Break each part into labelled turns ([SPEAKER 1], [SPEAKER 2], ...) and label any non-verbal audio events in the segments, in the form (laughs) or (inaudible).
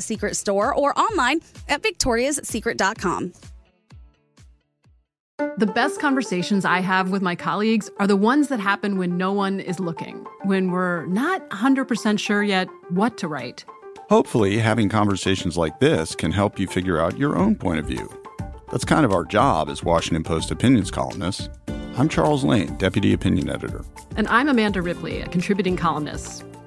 [SPEAKER 1] Secret store or online at victoriassecret.com.
[SPEAKER 2] The best conversations I have with my colleagues are the ones that happen when no one is looking, when we're not 100% sure yet what to write.
[SPEAKER 3] Hopefully, having conversations like this can help you figure out your own point of view. That's kind of our job as Washington Post opinions columnists. I'm Charles Lane, Deputy Opinion Editor.
[SPEAKER 2] And I'm Amanda Ripley, a contributing columnist.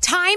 [SPEAKER 4] Time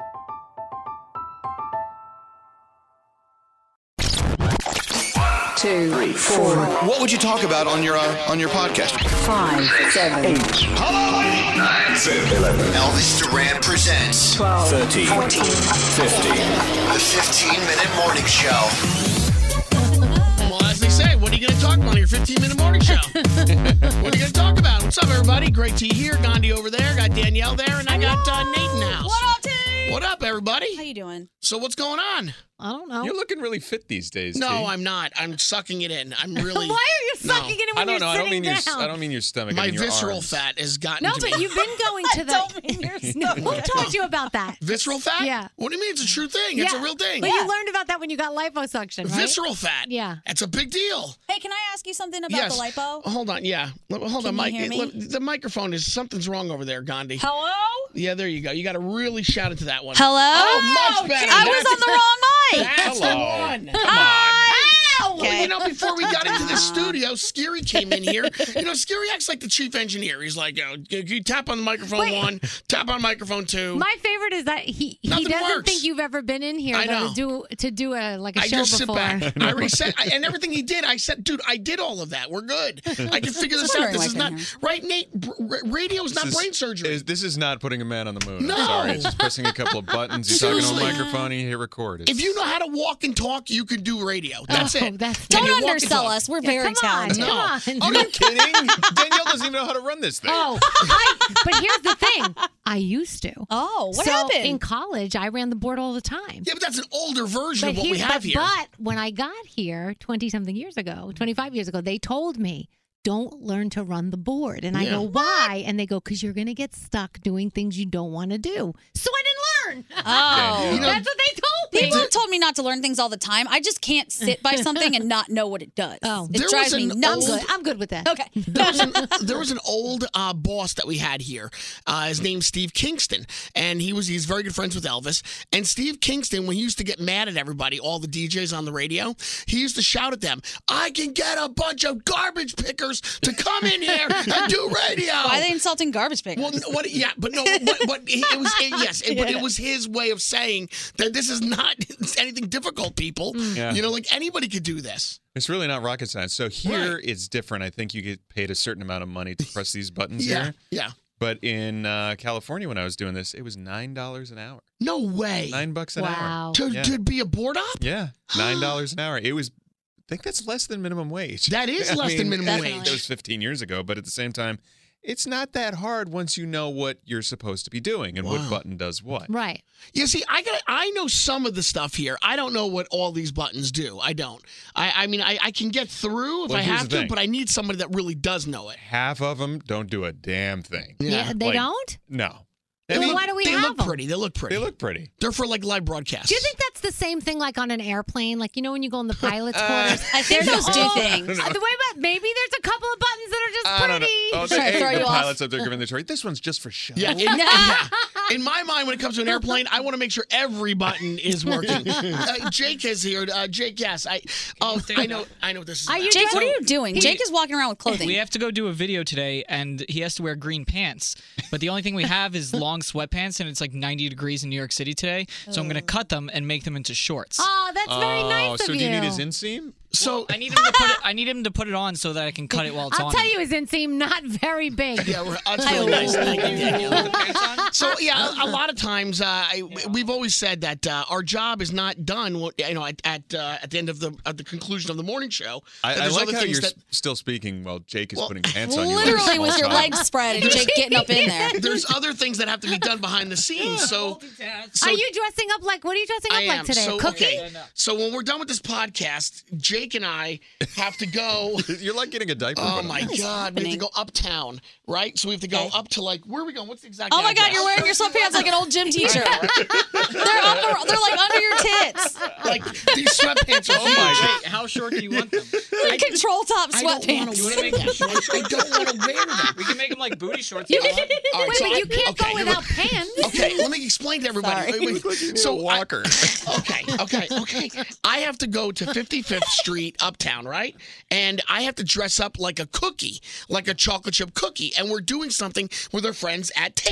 [SPEAKER 5] two, three, four,
[SPEAKER 6] What would you talk about on your uh, on your podcast?
[SPEAKER 5] five, seven, eight,
[SPEAKER 6] Elvis Duran presents
[SPEAKER 5] twelve,
[SPEAKER 7] 13,
[SPEAKER 5] fourteen,
[SPEAKER 7] 15.
[SPEAKER 6] the 15 minute morning show.
[SPEAKER 8] Well, as they say, what are you going to talk about on your 15 minute
[SPEAKER 4] (laughs)
[SPEAKER 8] morning show? what are you going to talk about? What's up, everybody? Great T here, Gandhi over there, got Danielle there, and I got uh, Nate in the house.
[SPEAKER 1] What up, team?
[SPEAKER 8] What up,
[SPEAKER 1] How
[SPEAKER 8] everybody?
[SPEAKER 4] (laughs)
[SPEAKER 1] you doing?
[SPEAKER 8] So, what's going on?
[SPEAKER 4] I don't know.
[SPEAKER 7] You're looking really fit these days.
[SPEAKER 8] No,
[SPEAKER 7] T.
[SPEAKER 8] I'm not. I'm sucking it in.
[SPEAKER 4] (laughs)
[SPEAKER 8] I'm really.
[SPEAKER 4] Why are you
[SPEAKER 8] No.
[SPEAKER 4] sucking it in when
[SPEAKER 7] I don't
[SPEAKER 4] you're
[SPEAKER 7] know. I
[SPEAKER 4] sitting
[SPEAKER 7] don't mean
[SPEAKER 4] down?
[SPEAKER 7] your. I don't mean your stomach. I
[SPEAKER 8] My
[SPEAKER 7] mean your
[SPEAKER 8] visceral
[SPEAKER 7] (laughs) arms.
[SPEAKER 8] fat has gotten
[SPEAKER 4] no,
[SPEAKER 8] to
[SPEAKER 4] but
[SPEAKER 8] me.
[SPEAKER 4] you've been going to the. (laughs)
[SPEAKER 1] (laughs)
[SPEAKER 4] Who told you about that?
[SPEAKER 8] (laughs) Visceral fat?
[SPEAKER 4] Yeah.
[SPEAKER 8] What do you mean? It's a true thing. It's a
[SPEAKER 4] Yeah.
[SPEAKER 8] real thing.
[SPEAKER 4] But you learned about that when you got liposuction, right?
[SPEAKER 8] Visceral fat.
[SPEAKER 4] Yeah.
[SPEAKER 8] It's a big deal.
[SPEAKER 1] Hey, can I ask you something about
[SPEAKER 8] yes.
[SPEAKER 1] the lipo?
[SPEAKER 8] Hold on. Yeah. L- Hold on,
[SPEAKER 1] you
[SPEAKER 8] Mike.
[SPEAKER 1] hear me?
[SPEAKER 8] L- The microphone is something's wrong over there, Gandhi.
[SPEAKER 1] Hello?
[SPEAKER 8] Yeah, there you go. You got to really shout into that one.
[SPEAKER 1] Hello?
[SPEAKER 8] Oh, much better.
[SPEAKER 1] I was on
[SPEAKER 8] (laughs)
[SPEAKER 1] the wrong mic.
[SPEAKER 8] That's
[SPEAKER 7] Hello.
[SPEAKER 8] the one. Well, you know, before we got
[SPEAKER 1] (laughs)
[SPEAKER 8] into the studio, Scary came in here. You know, Scary acts like the chief engineer. He's like, oh, you, you tap on the microphone
[SPEAKER 4] Wait.
[SPEAKER 8] one, tap on microphone two.
[SPEAKER 4] My favorite is that he he
[SPEAKER 8] Nothing
[SPEAKER 4] doesn't
[SPEAKER 8] works.
[SPEAKER 4] think you've ever been in here
[SPEAKER 8] I
[SPEAKER 4] though,
[SPEAKER 8] know.
[SPEAKER 4] to do to do a like a
[SPEAKER 8] I
[SPEAKER 4] show
[SPEAKER 8] just sit
[SPEAKER 4] before.
[SPEAKER 8] (laughs) back. I reset, I, and everything he did, I said, "Dude, I did all of that. We're good. I can figure this
[SPEAKER 1] (laughs)
[SPEAKER 8] out.
[SPEAKER 1] wondering
[SPEAKER 8] This
[SPEAKER 1] why
[SPEAKER 8] is
[SPEAKER 1] I
[SPEAKER 8] not
[SPEAKER 1] couldn't
[SPEAKER 8] right, Nate. Br- r- radio is not
[SPEAKER 7] This is-
[SPEAKER 8] brain surgery.
[SPEAKER 7] Is, this is not putting a man on the moon.
[SPEAKER 8] No.
[SPEAKER 7] I'm sorry. It's just pressing a couple of buttons. You're talking on a
[SPEAKER 8] Seriously.
[SPEAKER 7] microphone and you hit record. It's,
[SPEAKER 8] if you know how to walk and talk, you can do radio. That's
[SPEAKER 4] Oh,
[SPEAKER 8] it.
[SPEAKER 4] that's-
[SPEAKER 8] Can you walk
[SPEAKER 1] Don't
[SPEAKER 8] and
[SPEAKER 1] undersell
[SPEAKER 8] talk?
[SPEAKER 1] us. We're
[SPEAKER 4] Yeah,
[SPEAKER 1] very
[SPEAKER 4] come
[SPEAKER 1] talented.
[SPEAKER 4] On, come
[SPEAKER 8] No. Oh,
[SPEAKER 4] on.
[SPEAKER 7] Are you kidding? Danielle doesn't even know how to run this thing.
[SPEAKER 4] Oh, I, but here's the thing. I used
[SPEAKER 1] (laughs)
[SPEAKER 4] to.
[SPEAKER 1] Oh, what
[SPEAKER 4] So
[SPEAKER 1] happened?
[SPEAKER 4] In college, I ran the board all the time.
[SPEAKER 8] Yeah, but that's an older version of what
[SPEAKER 4] here-
[SPEAKER 8] we have
[SPEAKER 4] but,
[SPEAKER 8] here.
[SPEAKER 4] but when I got here 20 something years ago, 25 years ago, they told me don't learn to run the board. And I
[SPEAKER 9] Yeah.
[SPEAKER 4] go, why? And they go, because you're going to get stuck doing things you don't want to do. So I didn't learn.
[SPEAKER 1] Oh,
[SPEAKER 4] You know- That's what they told me.
[SPEAKER 1] People have told me not to learn things all the time. I just can't sit by something and not know what it does. Oh,
[SPEAKER 8] There
[SPEAKER 1] it drives
[SPEAKER 8] was
[SPEAKER 1] me
[SPEAKER 8] an
[SPEAKER 1] nuts.
[SPEAKER 8] old-
[SPEAKER 4] I'm good with that.
[SPEAKER 1] (laughs) Okay.
[SPEAKER 8] there was an, there was an old uh, boss that we had here. Uh, his name's Steve Kingston, and he was he's very good friends with Elvis. And Steve Kingston, when he used to get mad at everybody, all the DJs on the radio, he used to shout at them, "I can get a bunch of garbage pickers to come in here and do radio."
[SPEAKER 1] Why are they insulting garbage pickers?
[SPEAKER 8] Well, n- what? Yeah, but no, but, but he- it was it, yes, it, but
[SPEAKER 1] Yeah.
[SPEAKER 8] it was his way of saying that this is not (laughs) anything difficult, people.
[SPEAKER 7] Yeah.
[SPEAKER 8] You know, like anybody could do this.
[SPEAKER 7] It's really not rocket science. So here it's different. I think you get paid a certain amount of money to press these buttons
[SPEAKER 8] Yeah,
[SPEAKER 7] here.
[SPEAKER 8] yeah.
[SPEAKER 7] But in uh, California, when I was doing this, it was nine dollars an hour.
[SPEAKER 8] No way.
[SPEAKER 7] Nine bucks an hour.
[SPEAKER 8] To,
[SPEAKER 7] yeah.
[SPEAKER 8] to be a board op?
[SPEAKER 7] Yeah, nine dollars an hour. It was. I think that's less than minimum (laughs) wage.
[SPEAKER 8] That is
[SPEAKER 7] I
[SPEAKER 8] less than minimum
[SPEAKER 7] definitely.
[SPEAKER 8] wage.
[SPEAKER 7] It was 15 years ago, but at the same time, it's not that hard once you know what you're supposed to be doing and
[SPEAKER 8] Wow.
[SPEAKER 7] what button does what.
[SPEAKER 4] Right.
[SPEAKER 8] You see, I got I know some of the stuff here. I don't know what all these buttons do. I don't. I I mean I, I can get through if
[SPEAKER 7] Well,
[SPEAKER 8] I
[SPEAKER 7] here's
[SPEAKER 8] have
[SPEAKER 7] the
[SPEAKER 8] to,
[SPEAKER 7] thing.
[SPEAKER 8] but I need somebody that really does know it.
[SPEAKER 7] Half of them don't do a damn thing.
[SPEAKER 4] Yeah, they
[SPEAKER 7] Like,
[SPEAKER 4] don't?
[SPEAKER 7] No.
[SPEAKER 4] Then why do we
[SPEAKER 8] they
[SPEAKER 4] have
[SPEAKER 8] look
[SPEAKER 4] them?
[SPEAKER 8] pretty. They look pretty.
[SPEAKER 7] They look pretty.
[SPEAKER 8] They're for like live broadcasts.
[SPEAKER 4] Do you think that's the same thing like on an airplane? Like, you know, when you go
[SPEAKER 7] (laughs)
[SPEAKER 4] in the pilot's quarters?
[SPEAKER 1] I think
[SPEAKER 4] There's
[SPEAKER 1] those do
[SPEAKER 4] all-
[SPEAKER 1] things.
[SPEAKER 4] Uh, The way about maybe there's a couple of buttons that are just
[SPEAKER 7] I don't know.
[SPEAKER 4] pretty.
[SPEAKER 7] Oh, they, hey,
[SPEAKER 1] Throw
[SPEAKER 7] the
[SPEAKER 1] you off.
[SPEAKER 7] pilots up there giving the story. This one's just for show.
[SPEAKER 8] Yeah. In, yeah. In my mind, when it comes to an airplane, I want to make sure every button is working. Uh, Jake is here. Uh, Jake, yes, I. Oh, I know. I know what this is. about.
[SPEAKER 1] Jake, what are you doing? Jake is walking around with clothing.
[SPEAKER 10] We have to go do a video today, and he has to wear green pants. But the only thing we have is long sweatpants, and it's like 90 degrees in New York City today. So I'm going to cut them and make them into shorts.
[SPEAKER 4] Oh, that's very nice of
[SPEAKER 7] so
[SPEAKER 4] you.
[SPEAKER 7] do you need
[SPEAKER 4] (laughs)
[SPEAKER 7] his inseam?
[SPEAKER 8] So
[SPEAKER 10] I need him to put it, I need him to put it on so that I can cut it while it's
[SPEAKER 4] I'll
[SPEAKER 10] on.
[SPEAKER 4] tell you, his inseam not very big.
[SPEAKER 8] (laughs) Yeah, we're, uh, that's really nice. Thank you, Danielle. (laughs) So yeah, a, a lot of times uh, I, we've always said that uh, our job is not done. wh- You know, at at, uh, at the end of the at the conclusion of the morning show. that
[SPEAKER 7] I, I
[SPEAKER 8] there's
[SPEAKER 7] like
[SPEAKER 8] other
[SPEAKER 7] how
[SPEAKER 8] things
[SPEAKER 7] you're
[SPEAKER 8] that-
[SPEAKER 7] s- still speaking while Jake is
[SPEAKER 8] Well,
[SPEAKER 7] putting pants on you. like a
[SPEAKER 1] Literally with
[SPEAKER 7] small
[SPEAKER 1] your
[SPEAKER 7] child.
[SPEAKER 1] legs spread and Jake getting up in there.
[SPEAKER 4] (laughs)
[SPEAKER 8] there's other things that have to be done behind the scenes. So, so
[SPEAKER 4] are you dressing up like, what are you dressing up
[SPEAKER 8] I am.
[SPEAKER 4] like today?
[SPEAKER 8] So,
[SPEAKER 4] a cookie?
[SPEAKER 8] okay. So when we're done with this podcast, Jake and I have to
[SPEAKER 10] (laughs)
[SPEAKER 8] go.
[SPEAKER 7] You're like getting a diaper.
[SPEAKER 8] Oh
[SPEAKER 7] put on.
[SPEAKER 8] my God! We have to go uptown, right? So we have to go up to like where are we going? What's the exact?
[SPEAKER 1] Oh my God,
[SPEAKER 8] address?
[SPEAKER 1] you're wearing your sweatpants like an old gym teacher. they're up, they're like under your tits.
[SPEAKER 8] like these sweatpants are.
[SPEAKER 7] Oh my
[SPEAKER 10] Hey, How short do you want them?
[SPEAKER 1] Control top
[SPEAKER 8] I don't want to
[SPEAKER 1] sweatpants. (laughs)
[SPEAKER 8] wear that. I don't want to wear that.
[SPEAKER 10] We can make them like booty shorts.
[SPEAKER 4] You
[SPEAKER 10] if you
[SPEAKER 4] can,
[SPEAKER 10] want.
[SPEAKER 8] All right,
[SPEAKER 4] wait,
[SPEAKER 8] so
[SPEAKER 4] but
[SPEAKER 8] I-
[SPEAKER 4] you can't
[SPEAKER 8] okay,
[SPEAKER 4] go
[SPEAKER 8] here we-
[SPEAKER 4] without
[SPEAKER 8] (laughs)
[SPEAKER 4] pants.
[SPEAKER 1] Oh,
[SPEAKER 8] Okay, let me explain to everybody.
[SPEAKER 1] Sorry. (laughs)
[SPEAKER 8] Wait, wait.
[SPEAKER 7] So
[SPEAKER 8] So I,
[SPEAKER 7] Walker.
[SPEAKER 8] (laughs) okay, okay, okay. I have to go to 55th Street uptown, right? And I have to dress up like a cookie, like a chocolate chip cookie, and we're doing something with our friends at Tate's.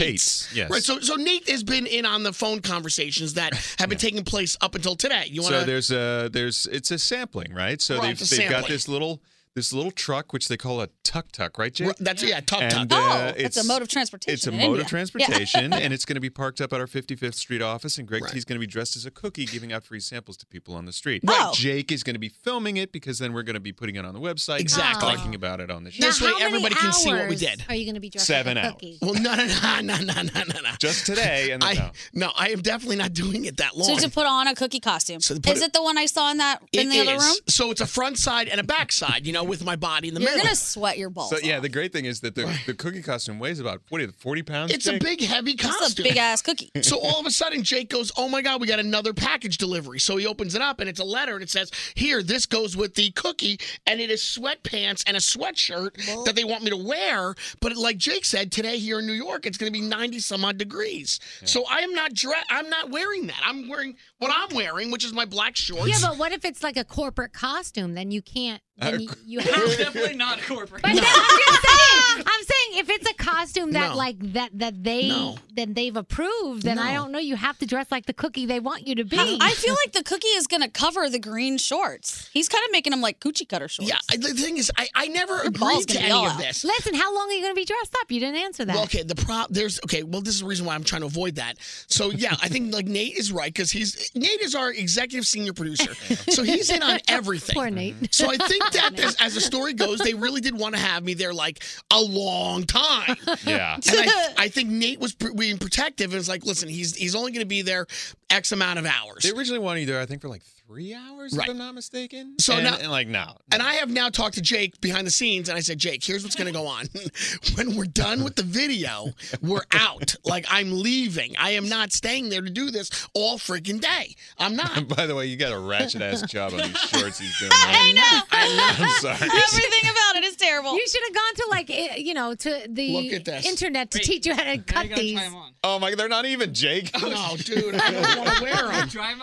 [SPEAKER 7] Tate's, yes.
[SPEAKER 8] Right. So so Nate has been in on the phone conversations that have been taking place up until today. You want
[SPEAKER 7] So
[SPEAKER 8] to
[SPEAKER 7] there's a there's it's a sampling, right? So
[SPEAKER 8] Right,
[SPEAKER 7] they've
[SPEAKER 8] it's
[SPEAKER 7] they've
[SPEAKER 8] a
[SPEAKER 7] got
[SPEAKER 8] sampling.
[SPEAKER 7] this little this little truck which they call a tuk tuk, right, Jake?
[SPEAKER 8] That's yeah, top top.
[SPEAKER 7] And,
[SPEAKER 1] Oh,
[SPEAKER 7] uh,
[SPEAKER 1] that's a mode of transportation
[SPEAKER 7] It's a
[SPEAKER 1] in
[SPEAKER 7] mode
[SPEAKER 1] India.
[SPEAKER 7] of
[SPEAKER 1] Yeah.
[SPEAKER 7] transportation, and it's going to be parked up at our 55th Street office. And Greg
[SPEAKER 8] Right.
[SPEAKER 7] T's going to be dressed as a cookie, giving out free samples to people on the street.
[SPEAKER 1] Right. Oh.
[SPEAKER 7] Jake is going to be filming it because then we're going to be putting it on the website,
[SPEAKER 8] Exactly.
[SPEAKER 7] talking about it on the show.
[SPEAKER 4] Now,
[SPEAKER 8] This way
[SPEAKER 4] how many
[SPEAKER 8] everybody can see what we
[SPEAKER 4] hours
[SPEAKER 8] did.
[SPEAKER 4] Are you going to be dressed
[SPEAKER 7] Seven
[SPEAKER 4] like a
[SPEAKER 7] hours.
[SPEAKER 4] cookie?
[SPEAKER 8] Well, no, no, no, no, no, no, no, no.
[SPEAKER 7] Just today, and then,
[SPEAKER 8] I
[SPEAKER 7] no.
[SPEAKER 8] no, I am definitely not doing it that long.
[SPEAKER 1] So to put on a cookie costume.
[SPEAKER 8] So to put
[SPEAKER 1] is
[SPEAKER 8] it-
[SPEAKER 1] it the one I saw in that
[SPEAKER 8] It
[SPEAKER 1] in the other
[SPEAKER 8] is.
[SPEAKER 1] room?
[SPEAKER 8] So it's a front side and a back side, you know, with my body in the
[SPEAKER 1] You're
[SPEAKER 8] middle.
[SPEAKER 1] gonna sweat your balls.
[SPEAKER 7] So yeah,
[SPEAKER 1] off.
[SPEAKER 7] the great thing is that the, the cookie costume weighs about what is it, 40 pounds.
[SPEAKER 8] It's a
[SPEAKER 7] Jake?
[SPEAKER 8] big, heavy
[SPEAKER 1] That's a
[SPEAKER 8] costume.
[SPEAKER 1] big ass cookie.
[SPEAKER 8] so all of a sudden, Jake goes, "Oh my God, we got another package delivery!" So he opens it up, and it's a letter, and it says, "Here, this goes with the cookie, and it is sweatpants and a sweatshirt that they want me to wear." But like Jake said, today here in New York, it's going to be ninety some odd degrees. So I am not dre- I'm not wearing that. I'm wearing what I'm wearing, which is my black shorts.
[SPEAKER 4] Yeah, but what if it's like a corporate costume? Then you can't. Then you, you
[SPEAKER 10] It's
[SPEAKER 4] have to.
[SPEAKER 10] definitely not corporate.
[SPEAKER 4] But that's what I'm saying. I'm saying if it's a costume that
[SPEAKER 8] No.
[SPEAKER 4] like that that they
[SPEAKER 8] No.
[SPEAKER 4] that they've approved, then I
[SPEAKER 8] No.
[SPEAKER 4] don't know. You have to dress like the cookie they want you to be.
[SPEAKER 1] I feel like the cookie is gonna cover the green shorts. He's kind of making them like coochie cutter shorts.
[SPEAKER 8] yeah, I- the thing is, I, I never
[SPEAKER 1] balls
[SPEAKER 8] agreed to
[SPEAKER 1] gonna be
[SPEAKER 8] any
[SPEAKER 1] all
[SPEAKER 8] of
[SPEAKER 1] out.
[SPEAKER 8] this.
[SPEAKER 4] Listen, how long are you going to be dressed up? You didn't answer that.
[SPEAKER 8] Well, okay, the prop there's okay. Well, this is the reason why I'm trying to avoid that. So yeah, I think like Nate is right because he's Nate is our executive senior producer, so he's in on everything.
[SPEAKER 4] (laughs) Poor Nate.
[SPEAKER 8] (laughs) So I think that as, as the story goes, they really did want to have me there like a long time.
[SPEAKER 7] yeah.
[SPEAKER 8] And I, I think Nate was pr- being protective and was like, listen, he's he's only going to be there X amount of hours.
[SPEAKER 7] They originally wanted you there, I think, for like three hours,
[SPEAKER 8] Right.
[SPEAKER 7] if I'm not mistaken.
[SPEAKER 8] So
[SPEAKER 7] and,
[SPEAKER 8] now-
[SPEAKER 7] and like no,
[SPEAKER 8] And I have now talked to Jake behind the scenes, and I said, Jake, here's what's going to go on. (laughs) when we're done with the video, we're out. Like, I'm leaving. I am not staying there to do this all freaking day. I'm
[SPEAKER 7] (laughs)
[SPEAKER 8] not.
[SPEAKER 7] By the way, you got a ratchet ass job (laughs) on these shorts he's doing. I
[SPEAKER 1] know.
[SPEAKER 7] I know. I'm sorry.
[SPEAKER 1] (laughs) Everything about it is terrible.
[SPEAKER 4] (laughs) You should have gone to like i- you know to
[SPEAKER 7] Look
[SPEAKER 4] the
[SPEAKER 7] at this.
[SPEAKER 4] internet to teach you how to cut these.
[SPEAKER 7] Oh my, they're not even Jake.
[SPEAKER 8] No, dude, I don't want to wear them.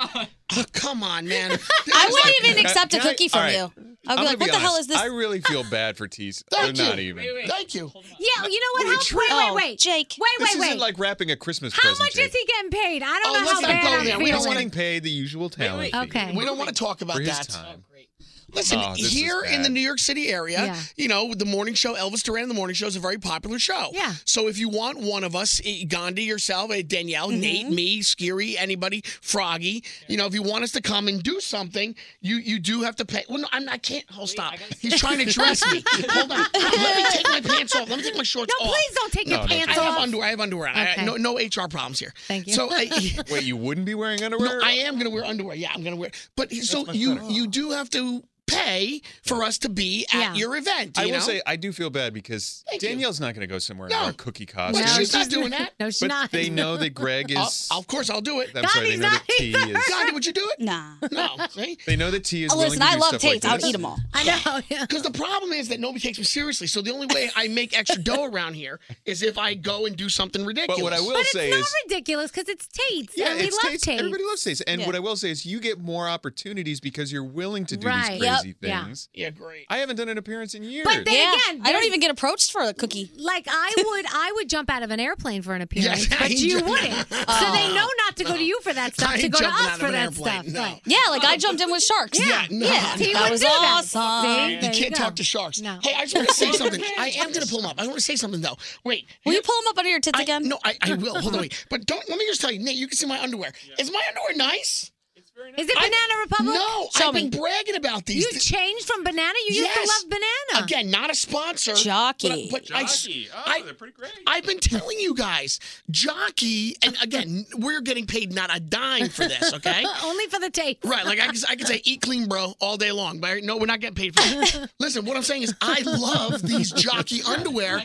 [SPEAKER 8] Oh, come on,
[SPEAKER 7] (laughs)
[SPEAKER 8] man.
[SPEAKER 1] I wouldn't even accept a
[SPEAKER 7] Can I-
[SPEAKER 1] cookie from
[SPEAKER 7] all right.
[SPEAKER 1] you. I'd
[SPEAKER 7] I'm
[SPEAKER 1] be
[SPEAKER 7] gonna
[SPEAKER 1] like, what the hell is
[SPEAKER 7] honest,
[SPEAKER 1] this?
[SPEAKER 7] I really feel bad for Tease. They're
[SPEAKER 8] Thank you.
[SPEAKER 7] not even.
[SPEAKER 8] Thank you.
[SPEAKER 4] Yeah, you know what? How, wait, wait, wait,
[SPEAKER 1] Jake.
[SPEAKER 4] Wait, wait,
[SPEAKER 7] This isn't
[SPEAKER 4] wait.
[SPEAKER 7] like wrapping a Christmas
[SPEAKER 4] how
[SPEAKER 7] present.
[SPEAKER 4] much
[SPEAKER 7] Jake.
[SPEAKER 4] is he getting paid? I
[SPEAKER 8] Oh,
[SPEAKER 4] don't know
[SPEAKER 8] let's
[SPEAKER 4] how
[SPEAKER 8] not
[SPEAKER 4] bad
[SPEAKER 8] go
[SPEAKER 4] I'm
[SPEAKER 8] there. We
[SPEAKER 4] feeling.
[SPEAKER 8] don't
[SPEAKER 7] He's
[SPEAKER 8] wanna-
[SPEAKER 7] getting paid the usual talent fee
[SPEAKER 4] Okay.
[SPEAKER 8] We don't want to talk about
[SPEAKER 7] for his
[SPEAKER 8] that.
[SPEAKER 7] time.
[SPEAKER 8] Listen,
[SPEAKER 7] Oh, this is
[SPEAKER 8] here in the
[SPEAKER 7] bad.
[SPEAKER 8] New York City area,
[SPEAKER 4] Yeah.
[SPEAKER 8] you know, the morning show, Elvis Duran and the Morning Show is a very popular show.
[SPEAKER 4] Yeah.
[SPEAKER 8] So if you want one of us, eh, Gandhi, yourself, eh, Danielle,
[SPEAKER 4] Mm-hmm.
[SPEAKER 8] Nate, me, Skiri, anybody, Froggy, you know, if you want us to come and do something, you you do have to pay. Well, no, I'm, I can't. Hold, stop. He's trying to dress me. Hold on. Let me take my pants off. Let me take my shorts
[SPEAKER 4] No,
[SPEAKER 8] off.
[SPEAKER 4] please don't take
[SPEAKER 7] No,
[SPEAKER 4] your
[SPEAKER 7] no,
[SPEAKER 8] I
[SPEAKER 4] pants
[SPEAKER 8] have
[SPEAKER 4] off.
[SPEAKER 8] underwear. I have underwear. on. I-
[SPEAKER 4] Okay.
[SPEAKER 8] no, no HR problems here.
[SPEAKER 4] Thank you.
[SPEAKER 8] So, eh,
[SPEAKER 4] (laughs)
[SPEAKER 7] Wait, you wouldn't be wearing underwear?
[SPEAKER 8] no, I am gonna wear underwear. Yeah, I'm gonna wear. But so you you do have to pay for us to be at
[SPEAKER 4] Yeah.
[SPEAKER 8] your event. You
[SPEAKER 7] I will
[SPEAKER 8] know?
[SPEAKER 7] say I do feel bad because
[SPEAKER 8] Thank you.
[SPEAKER 7] Danielle's not going to go somewhere
[SPEAKER 8] No.
[SPEAKER 7] in our cookie
[SPEAKER 8] Well,
[SPEAKER 7] costume.
[SPEAKER 8] she's not doing that.
[SPEAKER 4] No, she's
[SPEAKER 7] but
[SPEAKER 4] not.
[SPEAKER 7] they know that
[SPEAKER 8] (laughs)
[SPEAKER 7] Greg
[SPEAKER 8] I'll-
[SPEAKER 7] is.
[SPEAKER 8] I'll- of course, I'll do it.
[SPEAKER 7] I'm sorry, they know that T is.
[SPEAKER 8] Gandhi, would you do
[SPEAKER 4] (laughs)
[SPEAKER 8] it?
[SPEAKER 1] nah.
[SPEAKER 8] No, see?
[SPEAKER 7] (laughs) They know that T is.
[SPEAKER 1] Oh,
[SPEAKER 7] willing
[SPEAKER 1] listen,
[SPEAKER 7] to
[SPEAKER 1] I
[SPEAKER 7] do
[SPEAKER 1] love
[SPEAKER 7] stuff like
[SPEAKER 1] Tate's. I'll
[SPEAKER 7] this.
[SPEAKER 1] eat them all.
[SPEAKER 4] I know. Yeah.
[SPEAKER 8] Because the problem is that nobody takes me seriously. So the only way I make extra
[SPEAKER 7] (laughs)
[SPEAKER 8] dough around here is if I go and do something ridiculous.
[SPEAKER 7] But what I will
[SPEAKER 4] But it's
[SPEAKER 7] say
[SPEAKER 4] not
[SPEAKER 7] is.
[SPEAKER 4] ridiculous because it's Tate's.
[SPEAKER 7] Yeah,
[SPEAKER 4] and we
[SPEAKER 7] it's
[SPEAKER 4] love
[SPEAKER 7] Tate's.
[SPEAKER 4] Tate's.
[SPEAKER 7] Everybody loves Tate's. And
[SPEAKER 1] Yeah.
[SPEAKER 7] what I will say is, you get more opportunities because you're willing to do
[SPEAKER 4] Right.
[SPEAKER 7] these
[SPEAKER 4] Yep.
[SPEAKER 7] crazy
[SPEAKER 4] Yeah.
[SPEAKER 7] things.
[SPEAKER 8] Yeah, great.
[SPEAKER 7] I haven't done an appearance in years.
[SPEAKER 4] But they-
[SPEAKER 1] Yeah.
[SPEAKER 4] Again,
[SPEAKER 1] I don't
[SPEAKER 4] there's-
[SPEAKER 1] even get approached for a cookie.
[SPEAKER 4] Like I would, I would jump out of an airplane for an appearance,
[SPEAKER 8] Yes, I
[SPEAKER 4] but you
[SPEAKER 8] ain't
[SPEAKER 4] wouldn't. So they know not to go to you for that
[SPEAKER 8] I
[SPEAKER 4] stuff. To
[SPEAKER 8] ain't
[SPEAKER 4] go to
[SPEAKER 8] jumping
[SPEAKER 4] us
[SPEAKER 8] out of
[SPEAKER 4] for
[SPEAKER 8] an
[SPEAKER 4] that
[SPEAKER 8] airplane,
[SPEAKER 4] stuff.
[SPEAKER 8] no.
[SPEAKER 4] Right.
[SPEAKER 1] Yeah, like I jumped in with sharks.
[SPEAKER 8] Yeah, no.
[SPEAKER 4] He
[SPEAKER 1] Oh. That
[SPEAKER 4] would
[SPEAKER 1] was
[SPEAKER 4] do that.
[SPEAKER 1] awesome.
[SPEAKER 4] See?
[SPEAKER 1] You
[SPEAKER 8] you
[SPEAKER 4] There
[SPEAKER 8] can't
[SPEAKER 4] go.
[SPEAKER 8] talk to sharks.
[SPEAKER 4] No.
[SPEAKER 8] Hey, I just want
[SPEAKER 4] (laughs)
[SPEAKER 8] to say something. I am going to pull them up. I want to say something, though. Wait.
[SPEAKER 1] Will
[SPEAKER 8] here-
[SPEAKER 1] you pull them up under your tits
[SPEAKER 8] I,
[SPEAKER 1] again?
[SPEAKER 8] No, I, I will. Hold
[SPEAKER 4] (laughs)
[SPEAKER 8] on, wait. But don't let me just tell you, Nate. You can see my underwear. Is my underwear nice?
[SPEAKER 4] Is it Banana Republic?
[SPEAKER 8] No, I've been bragging about these.
[SPEAKER 4] You changed from banana. You used
[SPEAKER 8] Yes.
[SPEAKER 4] to love banana.
[SPEAKER 8] Again, not a sponsor.
[SPEAKER 1] Jockey.
[SPEAKER 8] But, I- but I, Oh, they're pretty great. I've been telling you guys, Jockey, and again, we're getting paid not a dime for this, okay?
[SPEAKER 4] (laughs) Only for the tape.
[SPEAKER 8] Right, like I could, I could say eat clean, bro, all day long. But no, we're not getting paid for that. Listen, what I'm saying is I love these (laughs) jockey underwear.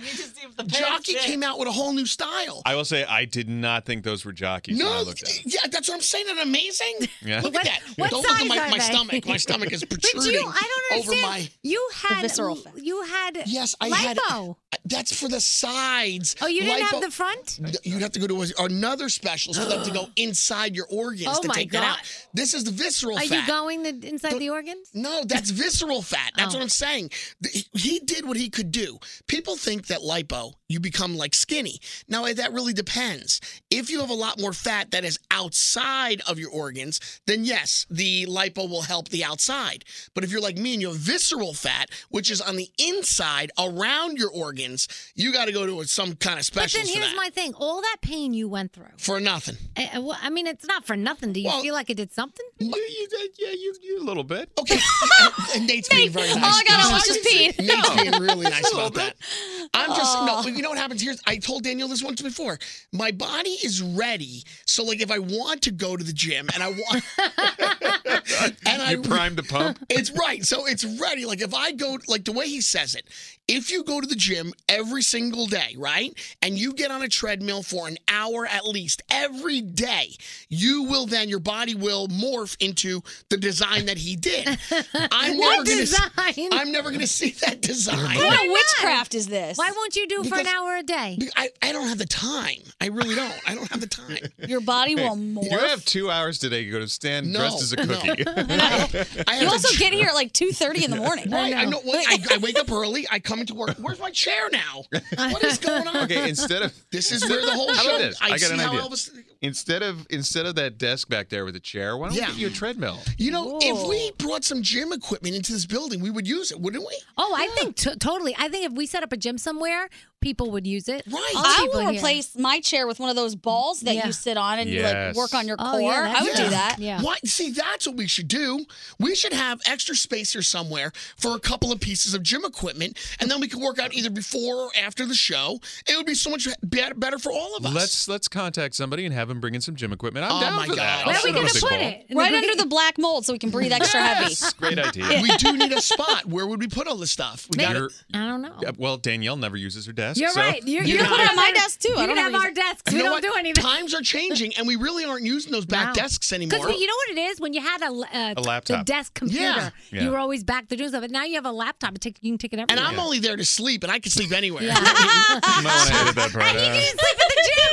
[SPEAKER 8] jockey came out with a whole new style.
[SPEAKER 7] I will say, I did not think those were jockeys. when I
[SPEAKER 8] no,
[SPEAKER 7] looked at them.
[SPEAKER 8] yeah, that's what I'm saying. Isn't that amazing?
[SPEAKER 7] (laughs) Yeah.
[SPEAKER 8] Look at that.
[SPEAKER 4] What
[SPEAKER 8] Don't look at
[SPEAKER 4] size
[SPEAKER 8] my,
[SPEAKER 4] are
[SPEAKER 8] my
[SPEAKER 4] they?
[SPEAKER 8] stomach. My stomach is
[SPEAKER 4] (laughs) But
[SPEAKER 8] protruding
[SPEAKER 4] you, I don't
[SPEAKER 8] over
[SPEAKER 4] understand.
[SPEAKER 8] my
[SPEAKER 4] you had
[SPEAKER 1] visceral fat.
[SPEAKER 4] you had
[SPEAKER 8] Yes, I had-
[SPEAKER 4] lipo.
[SPEAKER 8] That's for the sides.
[SPEAKER 4] Oh, you didn't
[SPEAKER 8] Lipo-
[SPEAKER 4] have the front.
[SPEAKER 8] Th- You'd have to go to a- another specialist for them
[SPEAKER 4] (gasps)
[SPEAKER 8] to go inside your organs
[SPEAKER 4] Oh
[SPEAKER 8] to
[SPEAKER 4] my
[SPEAKER 8] take that
[SPEAKER 4] God.
[SPEAKER 8] out. This is the visceral
[SPEAKER 4] Are
[SPEAKER 8] fat.
[SPEAKER 4] you going the, inside the organs?
[SPEAKER 8] No, that's visceral fat. That's
[SPEAKER 4] Oh.
[SPEAKER 8] what I'm saying. Th- He he did what he could do. People think that lipo, you become like skinny. Now, eh, that really depends. If you have a lot more fat that is outside of your organs, then yes, the lipo will help the outside. But if you're like me and you have visceral fat, which is on the inside around your organs, you got to go to some kind of
[SPEAKER 4] But then
[SPEAKER 8] specialist for
[SPEAKER 4] here's
[SPEAKER 8] that.
[SPEAKER 4] my thing: all that pain you went through.
[SPEAKER 8] for nothing.
[SPEAKER 4] I, I- well, I mean, it's not for nothing. Do you
[SPEAKER 8] Well-
[SPEAKER 4] feel like it did something?
[SPEAKER 7] You, you, yeah, you, you a little bit.
[SPEAKER 8] Okay. and Nate's being very nice.
[SPEAKER 1] Oh, my God, I
[SPEAKER 8] He's
[SPEAKER 1] almost
[SPEAKER 8] like-
[SPEAKER 1] just peed.
[SPEAKER 8] Nate's being really nice about that. I'm just no, but you know what happens here? I told Daniel this once before. My body is ready. So like if I want to go to the gym and I want (laughs) and I
[SPEAKER 7] you primed the pump.
[SPEAKER 8] it's right. So it's ready. Like if I go, like the way he says it, if you go to the gym every single day, right, and you get on a treadmill for an hour at least every day, you will then your body will morph into the design that he did. I'm
[SPEAKER 4] What
[SPEAKER 8] never
[SPEAKER 4] design?
[SPEAKER 8] Gonna, I'm never gonna see that design.
[SPEAKER 1] What witchcraft is this?
[SPEAKER 4] Why won't you do for an
[SPEAKER 8] Because-
[SPEAKER 4] hour a day?
[SPEAKER 8] I, I don't have the time. I really don't. I don't have the
[SPEAKER 7] (laughs)
[SPEAKER 8] time.
[SPEAKER 1] Your body will
[SPEAKER 7] You have
[SPEAKER 1] morph.
[SPEAKER 7] two hours today to go to stand
[SPEAKER 8] No,
[SPEAKER 7] dressed as a
[SPEAKER 8] no.
[SPEAKER 7] cookie. (laughs)
[SPEAKER 8] I have
[SPEAKER 1] You
[SPEAKER 8] a
[SPEAKER 1] also
[SPEAKER 8] tr-
[SPEAKER 1] get here at
[SPEAKER 8] (laughs)
[SPEAKER 1] like 2.30 in the morning.
[SPEAKER 8] Right, I know. well, I, I wake up early. I come into work. Where's my chair now? What is going on?
[SPEAKER 7] okay, instead of
[SPEAKER 8] This is where the whole
[SPEAKER 7] How
[SPEAKER 8] show.
[SPEAKER 7] about this? I got
[SPEAKER 8] see
[SPEAKER 7] an
[SPEAKER 8] how
[SPEAKER 7] idea.
[SPEAKER 8] Elvis.
[SPEAKER 7] instead of instead of that desk back there with a chair, why don't
[SPEAKER 8] Yeah.
[SPEAKER 7] we get you a treadmill?
[SPEAKER 8] You know, if we brought some gym
[SPEAKER 1] Oh,
[SPEAKER 8] equipment into this building, we would use it, wouldn't we?
[SPEAKER 4] Oh, I think t- totally. I think if we set up a gym somewhere, people would use it.
[SPEAKER 1] Right. I will replace my chair with one of those balls that you sit on and you like
[SPEAKER 8] Yes.
[SPEAKER 1] work on your core. I would do that.
[SPEAKER 8] Why? See, that's what we should do. We should have extra space here somewhere for a couple of pieces of gym equipment, and then we could work out either before or after the show. It would be so much be- better for all of us.
[SPEAKER 7] Let's let's contact somebody and have him bring in some gym equipment. I'm
[SPEAKER 8] Oh
[SPEAKER 7] down
[SPEAKER 8] my
[SPEAKER 7] for that.
[SPEAKER 8] God. Where
[SPEAKER 7] I'll
[SPEAKER 8] are we
[SPEAKER 7] sit on a
[SPEAKER 8] gonna
[SPEAKER 7] big
[SPEAKER 8] put
[SPEAKER 7] ball.
[SPEAKER 8] it?
[SPEAKER 1] Right under the black mold so we can breathe extra heavy.
[SPEAKER 7] Yes, Great idea.
[SPEAKER 8] we do need a spot. Where would we put all this stuff? We
[SPEAKER 7] Maybe-
[SPEAKER 8] gotta-
[SPEAKER 4] I don't know.
[SPEAKER 7] Yeah, Well, Danielle never uses her desk.
[SPEAKER 4] You're
[SPEAKER 7] so-
[SPEAKER 4] right. You- you
[SPEAKER 8] can
[SPEAKER 4] put it on my
[SPEAKER 1] desk, too. I don't know reason-
[SPEAKER 4] desks.
[SPEAKER 8] You know what? Times are changing, and we really aren't using those back desks anymore.
[SPEAKER 4] Because you know what it is when you had a, l- uh,
[SPEAKER 8] A laptop.
[SPEAKER 4] the desk computer,
[SPEAKER 8] Yeah. Yeah.
[SPEAKER 4] you were always back to do stuff. But now you have a laptop. It take, you can take it everywhere.
[SPEAKER 8] and I'm only there to sleep, and I can sleep anywhere.
[SPEAKER 7] You might want to
[SPEAKER 4] (laughs)
[SPEAKER 7] edit that part out.
[SPEAKER 8] (laughs)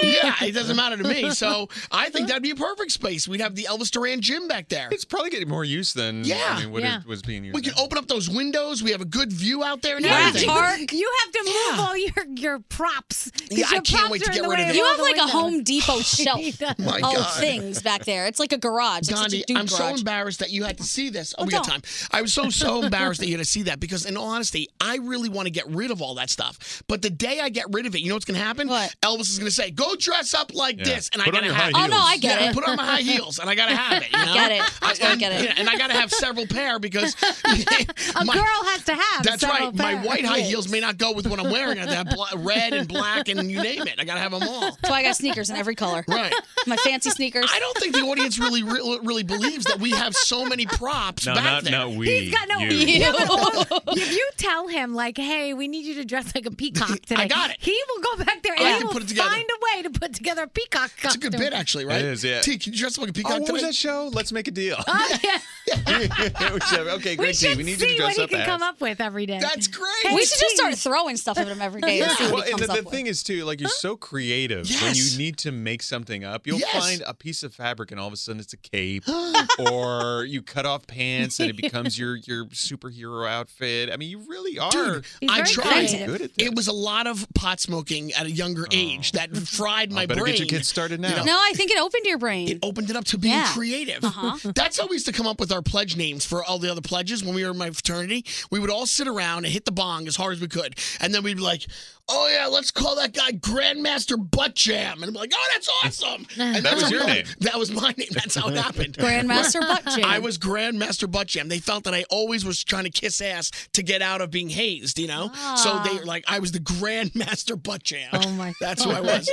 [SPEAKER 8] yeah, it doesn't matter to me. So I think that'd be a perfect space. We'd have the Elvis Duran gym back there.
[SPEAKER 7] It's probably getting more use than
[SPEAKER 8] Yeah.
[SPEAKER 7] I mean, what
[SPEAKER 8] Yeah.
[SPEAKER 7] is- was being used.
[SPEAKER 8] We can open up those windows. We have a good view out there. And
[SPEAKER 7] Yeah,
[SPEAKER 8] everything.
[SPEAKER 7] Tark.
[SPEAKER 4] You have to move all your, your props. 'cause
[SPEAKER 8] Yeah, I
[SPEAKER 4] your
[SPEAKER 8] can't
[SPEAKER 4] props
[SPEAKER 8] wait to
[SPEAKER 4] are in
[SPEAKER 8] get
[SPEAKER 4] the
[SPEAKER 8] rid of
[SPEAKER 4] way
[SPEAKER 8] it.
[SPEAKER 1] You
[SPEAKER 4] all
[SPEAKER 1] have
[SPEAKER 4] the
[SPEAKER 1] like a
[SPEAKER 4] windows.
[SPEAKER 1] Home Depot shelf
[SPEAKER 4] He does.
[SPEAKER 8] My
[SPEAKER 1] of
[SPEAKER 8] God.
[SPEAKER 1] things back there. It's like a garage. It's such a
[SPEAKER 8] Gandhi,
[SPEAKER 1] dude
[SPEAKER 8] I'm so
[SPEAKER 1] garage.
[SPEAKER 8] embarrassed that you had to see this. Oh,
[SPEAKER 1] Oh,
[SPEAKER 8] we got time.
[SPEAKER 1] don't.
[SPEAKER 8] I was so
[SPEAKER 1] (laughs)
[SPEAKER 8] so embarrassed that you had to see that because, in all honesty, I really want to get rid of all that stuff. But the day I get rid of it, you know what's going to happen? Elvis is going to say, "Go dress up like
[SPEAKER 7] Yeah.
[SPEAKER 8] this," and
[SPEAKER 7] Put
[SPEAKER 8] I
[SPEAKER 7] on
[SPEAKER 8] got to
[SPEAKER 7] your
[SPEAKER 8] have.
[SPEAKER 7] high Oh, no, heels. I
[SPEAKER 1] get
[SPEAKER 8] Yeah,
[SPEAKER 1] it.
[SPEAKER 8] Put on my
[SPEAKER 1] (laughs)
[SPEAKER 8] high heels, and I got to have it. You know?
[SPEAKER 1] Get it.
[SPEAKER 8] I,
[SPEAKER 1] Totally
[SPEAKER 8] and,
[SPEAKER 1] get it.
[SPEAKER 8] yeah, and I got to have several
[SPEAKER 1] (laughs)
[SPEAKER 8] pair because (laughs)
[SPEAKER 4] A girl has to have.
[SPEAKER 8] that's
[SPEAKER 4] several
[SPEAKER 8] right. My
[SPEAKER 4] pairs.
[SPEAKER 8] white high heels may not go with what I'm wearing. I have to have bla- red and black and you name it. I got to have them all.
[SPEAKER 1] (laughs) That's why I got sneakers in
[SPEAKER 8] (laughs)
[SPEAKER 1] every color.
[SPEAKER 8] Right.
[SPEAKER 1] My fancy sneakers.
[SPEAKER 8] I don't think the audience really,
[SPEAKER 7] (laughs)
[SPEAKER 8] really, really believes that we have so many props
[SPEAKER 7] No,
[SPEAKER 8] back
[SPEAKER 7] not-
[SPEAKER 8] there.
[SPEAKER 7] not we, He's got- no, you. you.
[SPEAKER 4] Yeah, but
[SPEAKER 7] (laughs)
[SPEAKER 4] if you tell him like, "Hey, we need you to dress like a
[SPEAKER 8] (laughs)
[SPEAKER 4] peacock today," I got it. He will go back there and
[SPEAKER 8] I
[SPEAKER 4] he
[SPEAKER 8] can
[SPEAKER 4] will
[SPEAKER 8] put it together.
[SPEAKER 4] find a way to put together a peacock.
[SPEAKER 8] It's a good
[SPEAKER 4] costume.
[SPEAKER 8] bit, actually, right?
[SPEAKER 7] It is, yeah.
[SPEAKER 8] T, can you dress up like a peacock
[SPEAKER 7] Oh, what was
[SPEAKER 8] today?
[SPEAKER 7] that show? Let's make a deal.
[SPEAKER 4] Oh, (laughs)
[SPEAKER 8] (laughs)
[SPEAKER 4] yeah.
[SPEAKER 7] (laughs) okay,
[SPEAKER 4] we
[SPEAKER 7] great. T,
[SPEAKER 4] should
[SPEAKER 7] we need you
[SPEAKER 4] see
[SPEAKER 7] to dress
[SPEAKER 4] what
[SPEAKER 7] up
[SPEAKER 4] he can
[SPEAKER 7] as.
[SPEAKER 4] come up with every day.
[SPEAKER 8] That's great.
[SPEAKER 1] we should just start throwing stuff at him every day and see what
[SPEAKER 7] Well,
[SPEAKER 1] he
[SPEAKER 7] and
[SPEAKER 1] comes
[SPEAKER 7] the,
[SPEAKER 1] up
[SPEAKER 7] the
[SPEAKER 1] with.
[SPEAKER 7] thing is too, like you're so creative when
[SPEAKER 8] Yes.
[SPEAKER 7] you need to make something up. You'll
[SPEAKER 8] Yes.
[SPEAKER 7] find a piece of fabric, and all of a sudden it's a cape,
[SPEAKER 8] (gasps)
[SPEAKER 7] or you cut off pants, and it becomes your your superhero outfit. I mean, you really are.
[SPEAKER 8] Dude,
[SPEAKER 7] He's
[SPEAKER 8] I
[SPEAKER 7] very
[SPEAKER 8] tried.
[SPEAKER 7] creative. Good at Oh.
[SPEAKER 8] It was a lot of pot smoking at a younger age that fried my
[SPEAKER 7] better
[SPEAKER 8] brain.
[SPEAKER 7] get your kids started now.
[SPEAKER 1] No, I think it opened your brain. It
[SPEAKER 8] opened it up to being creative.
[SPEAKER 1] Uh-huh.
[SPEAKER 8] (laughs) That's how we used to come up with our pledge names for all the other pledges when we were in my fraternity. We would all sit around and hit the bong as hard as we could. And then we'd be like, oh, yeah, let's call that guy Grandmaster Butt Jam. And I'm like, oh, that's
[SPEAKER 7] (laughs)
[SPEAKER 8] awesome. And
[SPEAKER 7] That
[SPEAKER 8] that's
[SPEAKER 7] was
[SPEAKER 8] how
[SPEAKER 7] your
[SPEAKER 8] we-
[SPEAKER 7] name.
[SPEAKER 8] That was my name. That's how it happened.
[SPEAKER 7] (laughs)
[SPEAKER 1] Grandmaster Butt Jam.
[SPEAKER 8] (laughs) I was Grandmaster Butt Jam. They felt that I always was trying to kiss ass to get out of being hazed, you know? So
[SPEAKER 4] Ah.
[SPEAKER 8] they were like, I was the Grandmaster Butt Jam.
[SPEAKER 4] Oh my!
[SPEAKER 8] (laughs) That's who I was.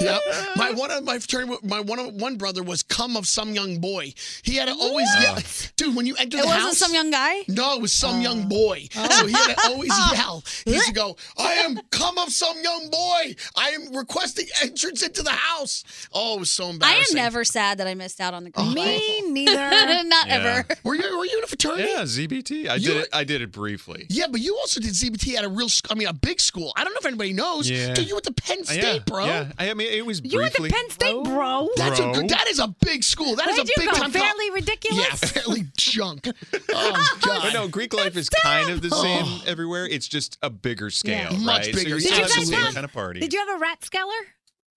[SPEAKER 8] yep.
[SPEAKER 1] (laughs)
[SPEAKER 8] My one of my fraternity, my one of one brother was cum of some young boy. He had to always yell, dude. When you enter
[SPEAKER 1] It
[SPEAKER 8] the
[SPEAKER 1] wasn't
[SPEAKER 8] house,
[SPEAKER 1] some young Oh. guy.
[SPEAKER 8] No, it was some young boy. So he had to
[SPEAKER 1] (laughs)
[SPEAKER 8] always yell. He used to go, "I am cum of some young boy. I am requesting entrance into the house." Oh, it was so
[SPEAKER 1] I am
[SPEAKER 8] embarrassing.
[SPEAKER 1] never sad that I missed out on the Grand
[SPEAKER 4] Me
[SPEAKER 1] Prix.
[SPEAKER 8] (laughs)
[SPEAKER 4] neither.
[SPEAKER 1] (laughs) Not
[SPEAKER 7] Yeah.
[SPEAKER 1] ever.
[SPEAKER 8] Were you were you in a fraternity?
[SPEAKER 7] Yeah, ZBT. I did it. I did it briefly.
[SPEAKER 8] Yeah, but you also did ZBT at a real, sc- I mean, a big school. I don't know if anybody knows.
[SPEAKER 7] Yeah.
[SPEAKER 8] Dude, you went to Penn State,
[SPEAKER 7] yeah,
[SPEAKER 8] bro.
[SPEAKER 7] Yeah, I mean, it was
[SPEAKER 4] You went to
[SPEAKER 7] briefly.
[SPEAKER 4] Penn State, bro.
[SPEAKER 8] That's a
[SPEAKER 7] Bro.
[SPEAKER 8] good, Oh. that is a big school. That is
[SPEAKER 4] Where'd
[SPEAKER 8] a
[SPEAKER 4] you
[SPEAKER 8] big
[SPEAKER 4] go?
[SPEAKER 8] time. col-
[SPEAKER 4] Fairly ridiculous.
[SPEAKER 8] Yeah,
[SPEAKER 4] (laughs)
[SPEAKER 8] fairly
[SPEAKER 1] (laughs)
[SPEAKER 8] junk. Oh
[SPEAKER 7] But
[SPEAKER 8] god. Oh,
[SPEAKER 7] no, Greek life is kind of the same everywhere. It's just a bigger (laughs) scale,
[SPEAKER 8] Much
[SPEAKER 7] right?
[SPEAKER 8] bigger
[SPEAKER 7] So
[SPEAKER 8] scale.
[SPEAKER 7] you're
[SPEAKER 8] Did
[SPEAKER 7] still
[SPEAKER 8] you
[SPEAKER 7] the
[SPEAKER 8] guys
[SPEAKER 7] same
[SPEAKER 8] have-
[SPEAKER 7] kind of party.
[SPEAKER 4] Did you have a rat skeller?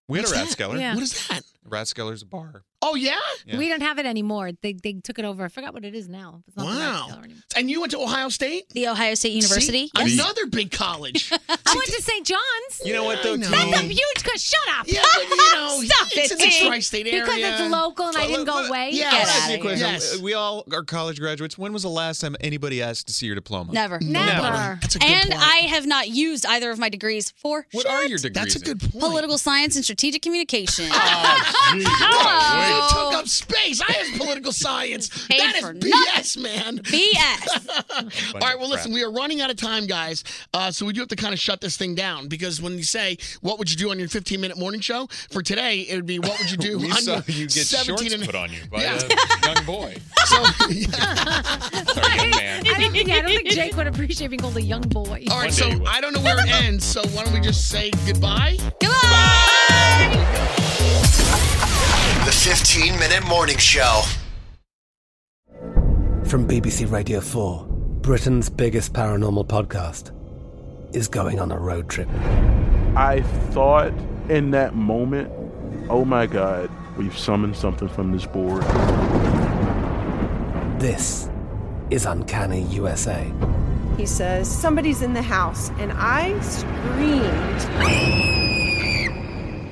[SPEAKER 7] we had a
[SPEAKER 8] What's
[SPEAKER 7] rat
[SPEAKER 8] that?
[SPEAKER 7] skeller.
[SPEAKER 4] Yeah.
[SPEAKER 8] What is that?
[SPEAKER 7] Rat skeller's a bar.
[SPEAKER 8] Oh yeah.
[SPEAKER 7] Yeah.
[SPEAKER 4] We don't have it anymore. They they took it over. I forgot what it is now. It's not the rat
[SPEAKER 8] Wow.
[SPEAKER 4] skeller anymore.
[SPEAKER 8] And you went to Ohio State
[SPEAKER 1] The Ohio State University.
[SPEAKER 8] See? Another
[SPEAKER 1] (laughs)
[SPEAKER 8] big college.
[SPEAKER 4] I went to St. John's.
[SPEAKER 7] You know what though?
[SPEAKER 8] I know.
[SPEAKER 7] T?
[SPEAKER 4] That's a huge. co- Shut up.
[SPEAKER 8] Yeah, but you know,
[SPEAKER 4] (laughs) Stop it,
[SPEAKER 8] it's in the
[SPEAKER 4] T.
[SPEAKER 8] tri-state area.
[SPEAKER 4] Because it's local and I didn't go away.
[SPEAKER 8] yeah.
[SPEAKER 1] Get
[SPEAKER 8] I'll ask
[SPEAKER 1] out
[SPEAKER 8] you a
[SPEAKER 1] of here.
[SPEAKER 8] question.
[SPEAKER 7] Question.
[SPEAKER 8] Yes.
[SPEAKER 7] We all are college graduates. When was the last time anybody asked to see your diploma?
[SPEAKER 1] Never.
[SPEAKER 4] Never.
[SPEAKER 8] That's a good
[SPEAKER 1] And
[SPEAKER 8] point.
[SPEAKER 1] I have not used either of my degrees for
[SPEAKER 7] What
[SPEAKER 1] shit.
[SPEAKER 7] are your degrees?
[SPEAKER 8] That's a good
[SPEAKER 7] in?
[SPEAKER 8] point.
[SPEAKER 1] Political science and strategic communication.
[SPEAKER 8] Oh,
[SPEAKER 1] Oh.
[SPEAKER 8] you took up space. I have political
[SPEAKER 7] (laughs)
[SPEAKER 8] science.
[SPEAKER 1] Paid
[SPEAKER 8] that is
[SPEAKER 1] for
[SPEAKER 8] BS, man.
[SPEAKER 1] BS.
[SPEAKER 8] All right, well,
[SPEAKER 7] crap.
[SPEAKER 8] listen, we are running out of time, guys. Uh, so we do have to kind of shut this thing down because when you say, what would you do on your 15 minute morning show? For today, it would be, what
[SPEAKER 7] (laughs)
[SPEAKER 8] would you do
[SPEAKER 7] We
[SPEAKER 8] on
[SPEAKER 7] saw
[SPEAKER 8] your
[SPEAKER 7] you get
[SPEAKER 8] 17
[SPEAKER 7] shorts
[SPEAKER 8] and
[SPEAKER 7] put on you by
[SPEAKER 8] Yeah.
[SPEAKER 7] a young boy
[SPEAKER 8] (laughs)
[SPEAKER 7] (laughs)
[SPEAKER 8] So,
[SPEAKER 7] or a young man.
[SPEAKER 4] I don't, yeah, I don't think Jake would appreciate being called a young boy.
[SPEAKER 8] All right,
[SPEAKER 7] day
[SPEAKER 8] so
[SPEAKER 7] you will.
[SPEAKER 8] I don't know where it ends. So why don't we just say goodbye?
[SPEAKER 6] The 15 Minute Morning Show.
[SPEAKER 9] From BBC Radio 4, Britain's biggest paranormal podcast is going on a road trip.
[SPEAKER 11] I thought in that moment, oh my God, we've summoned something from this board.
[SPEAKER 9] This is Uncanny USA.
[SPEAKER 12] He says, Somebody's in the house. And I screamed.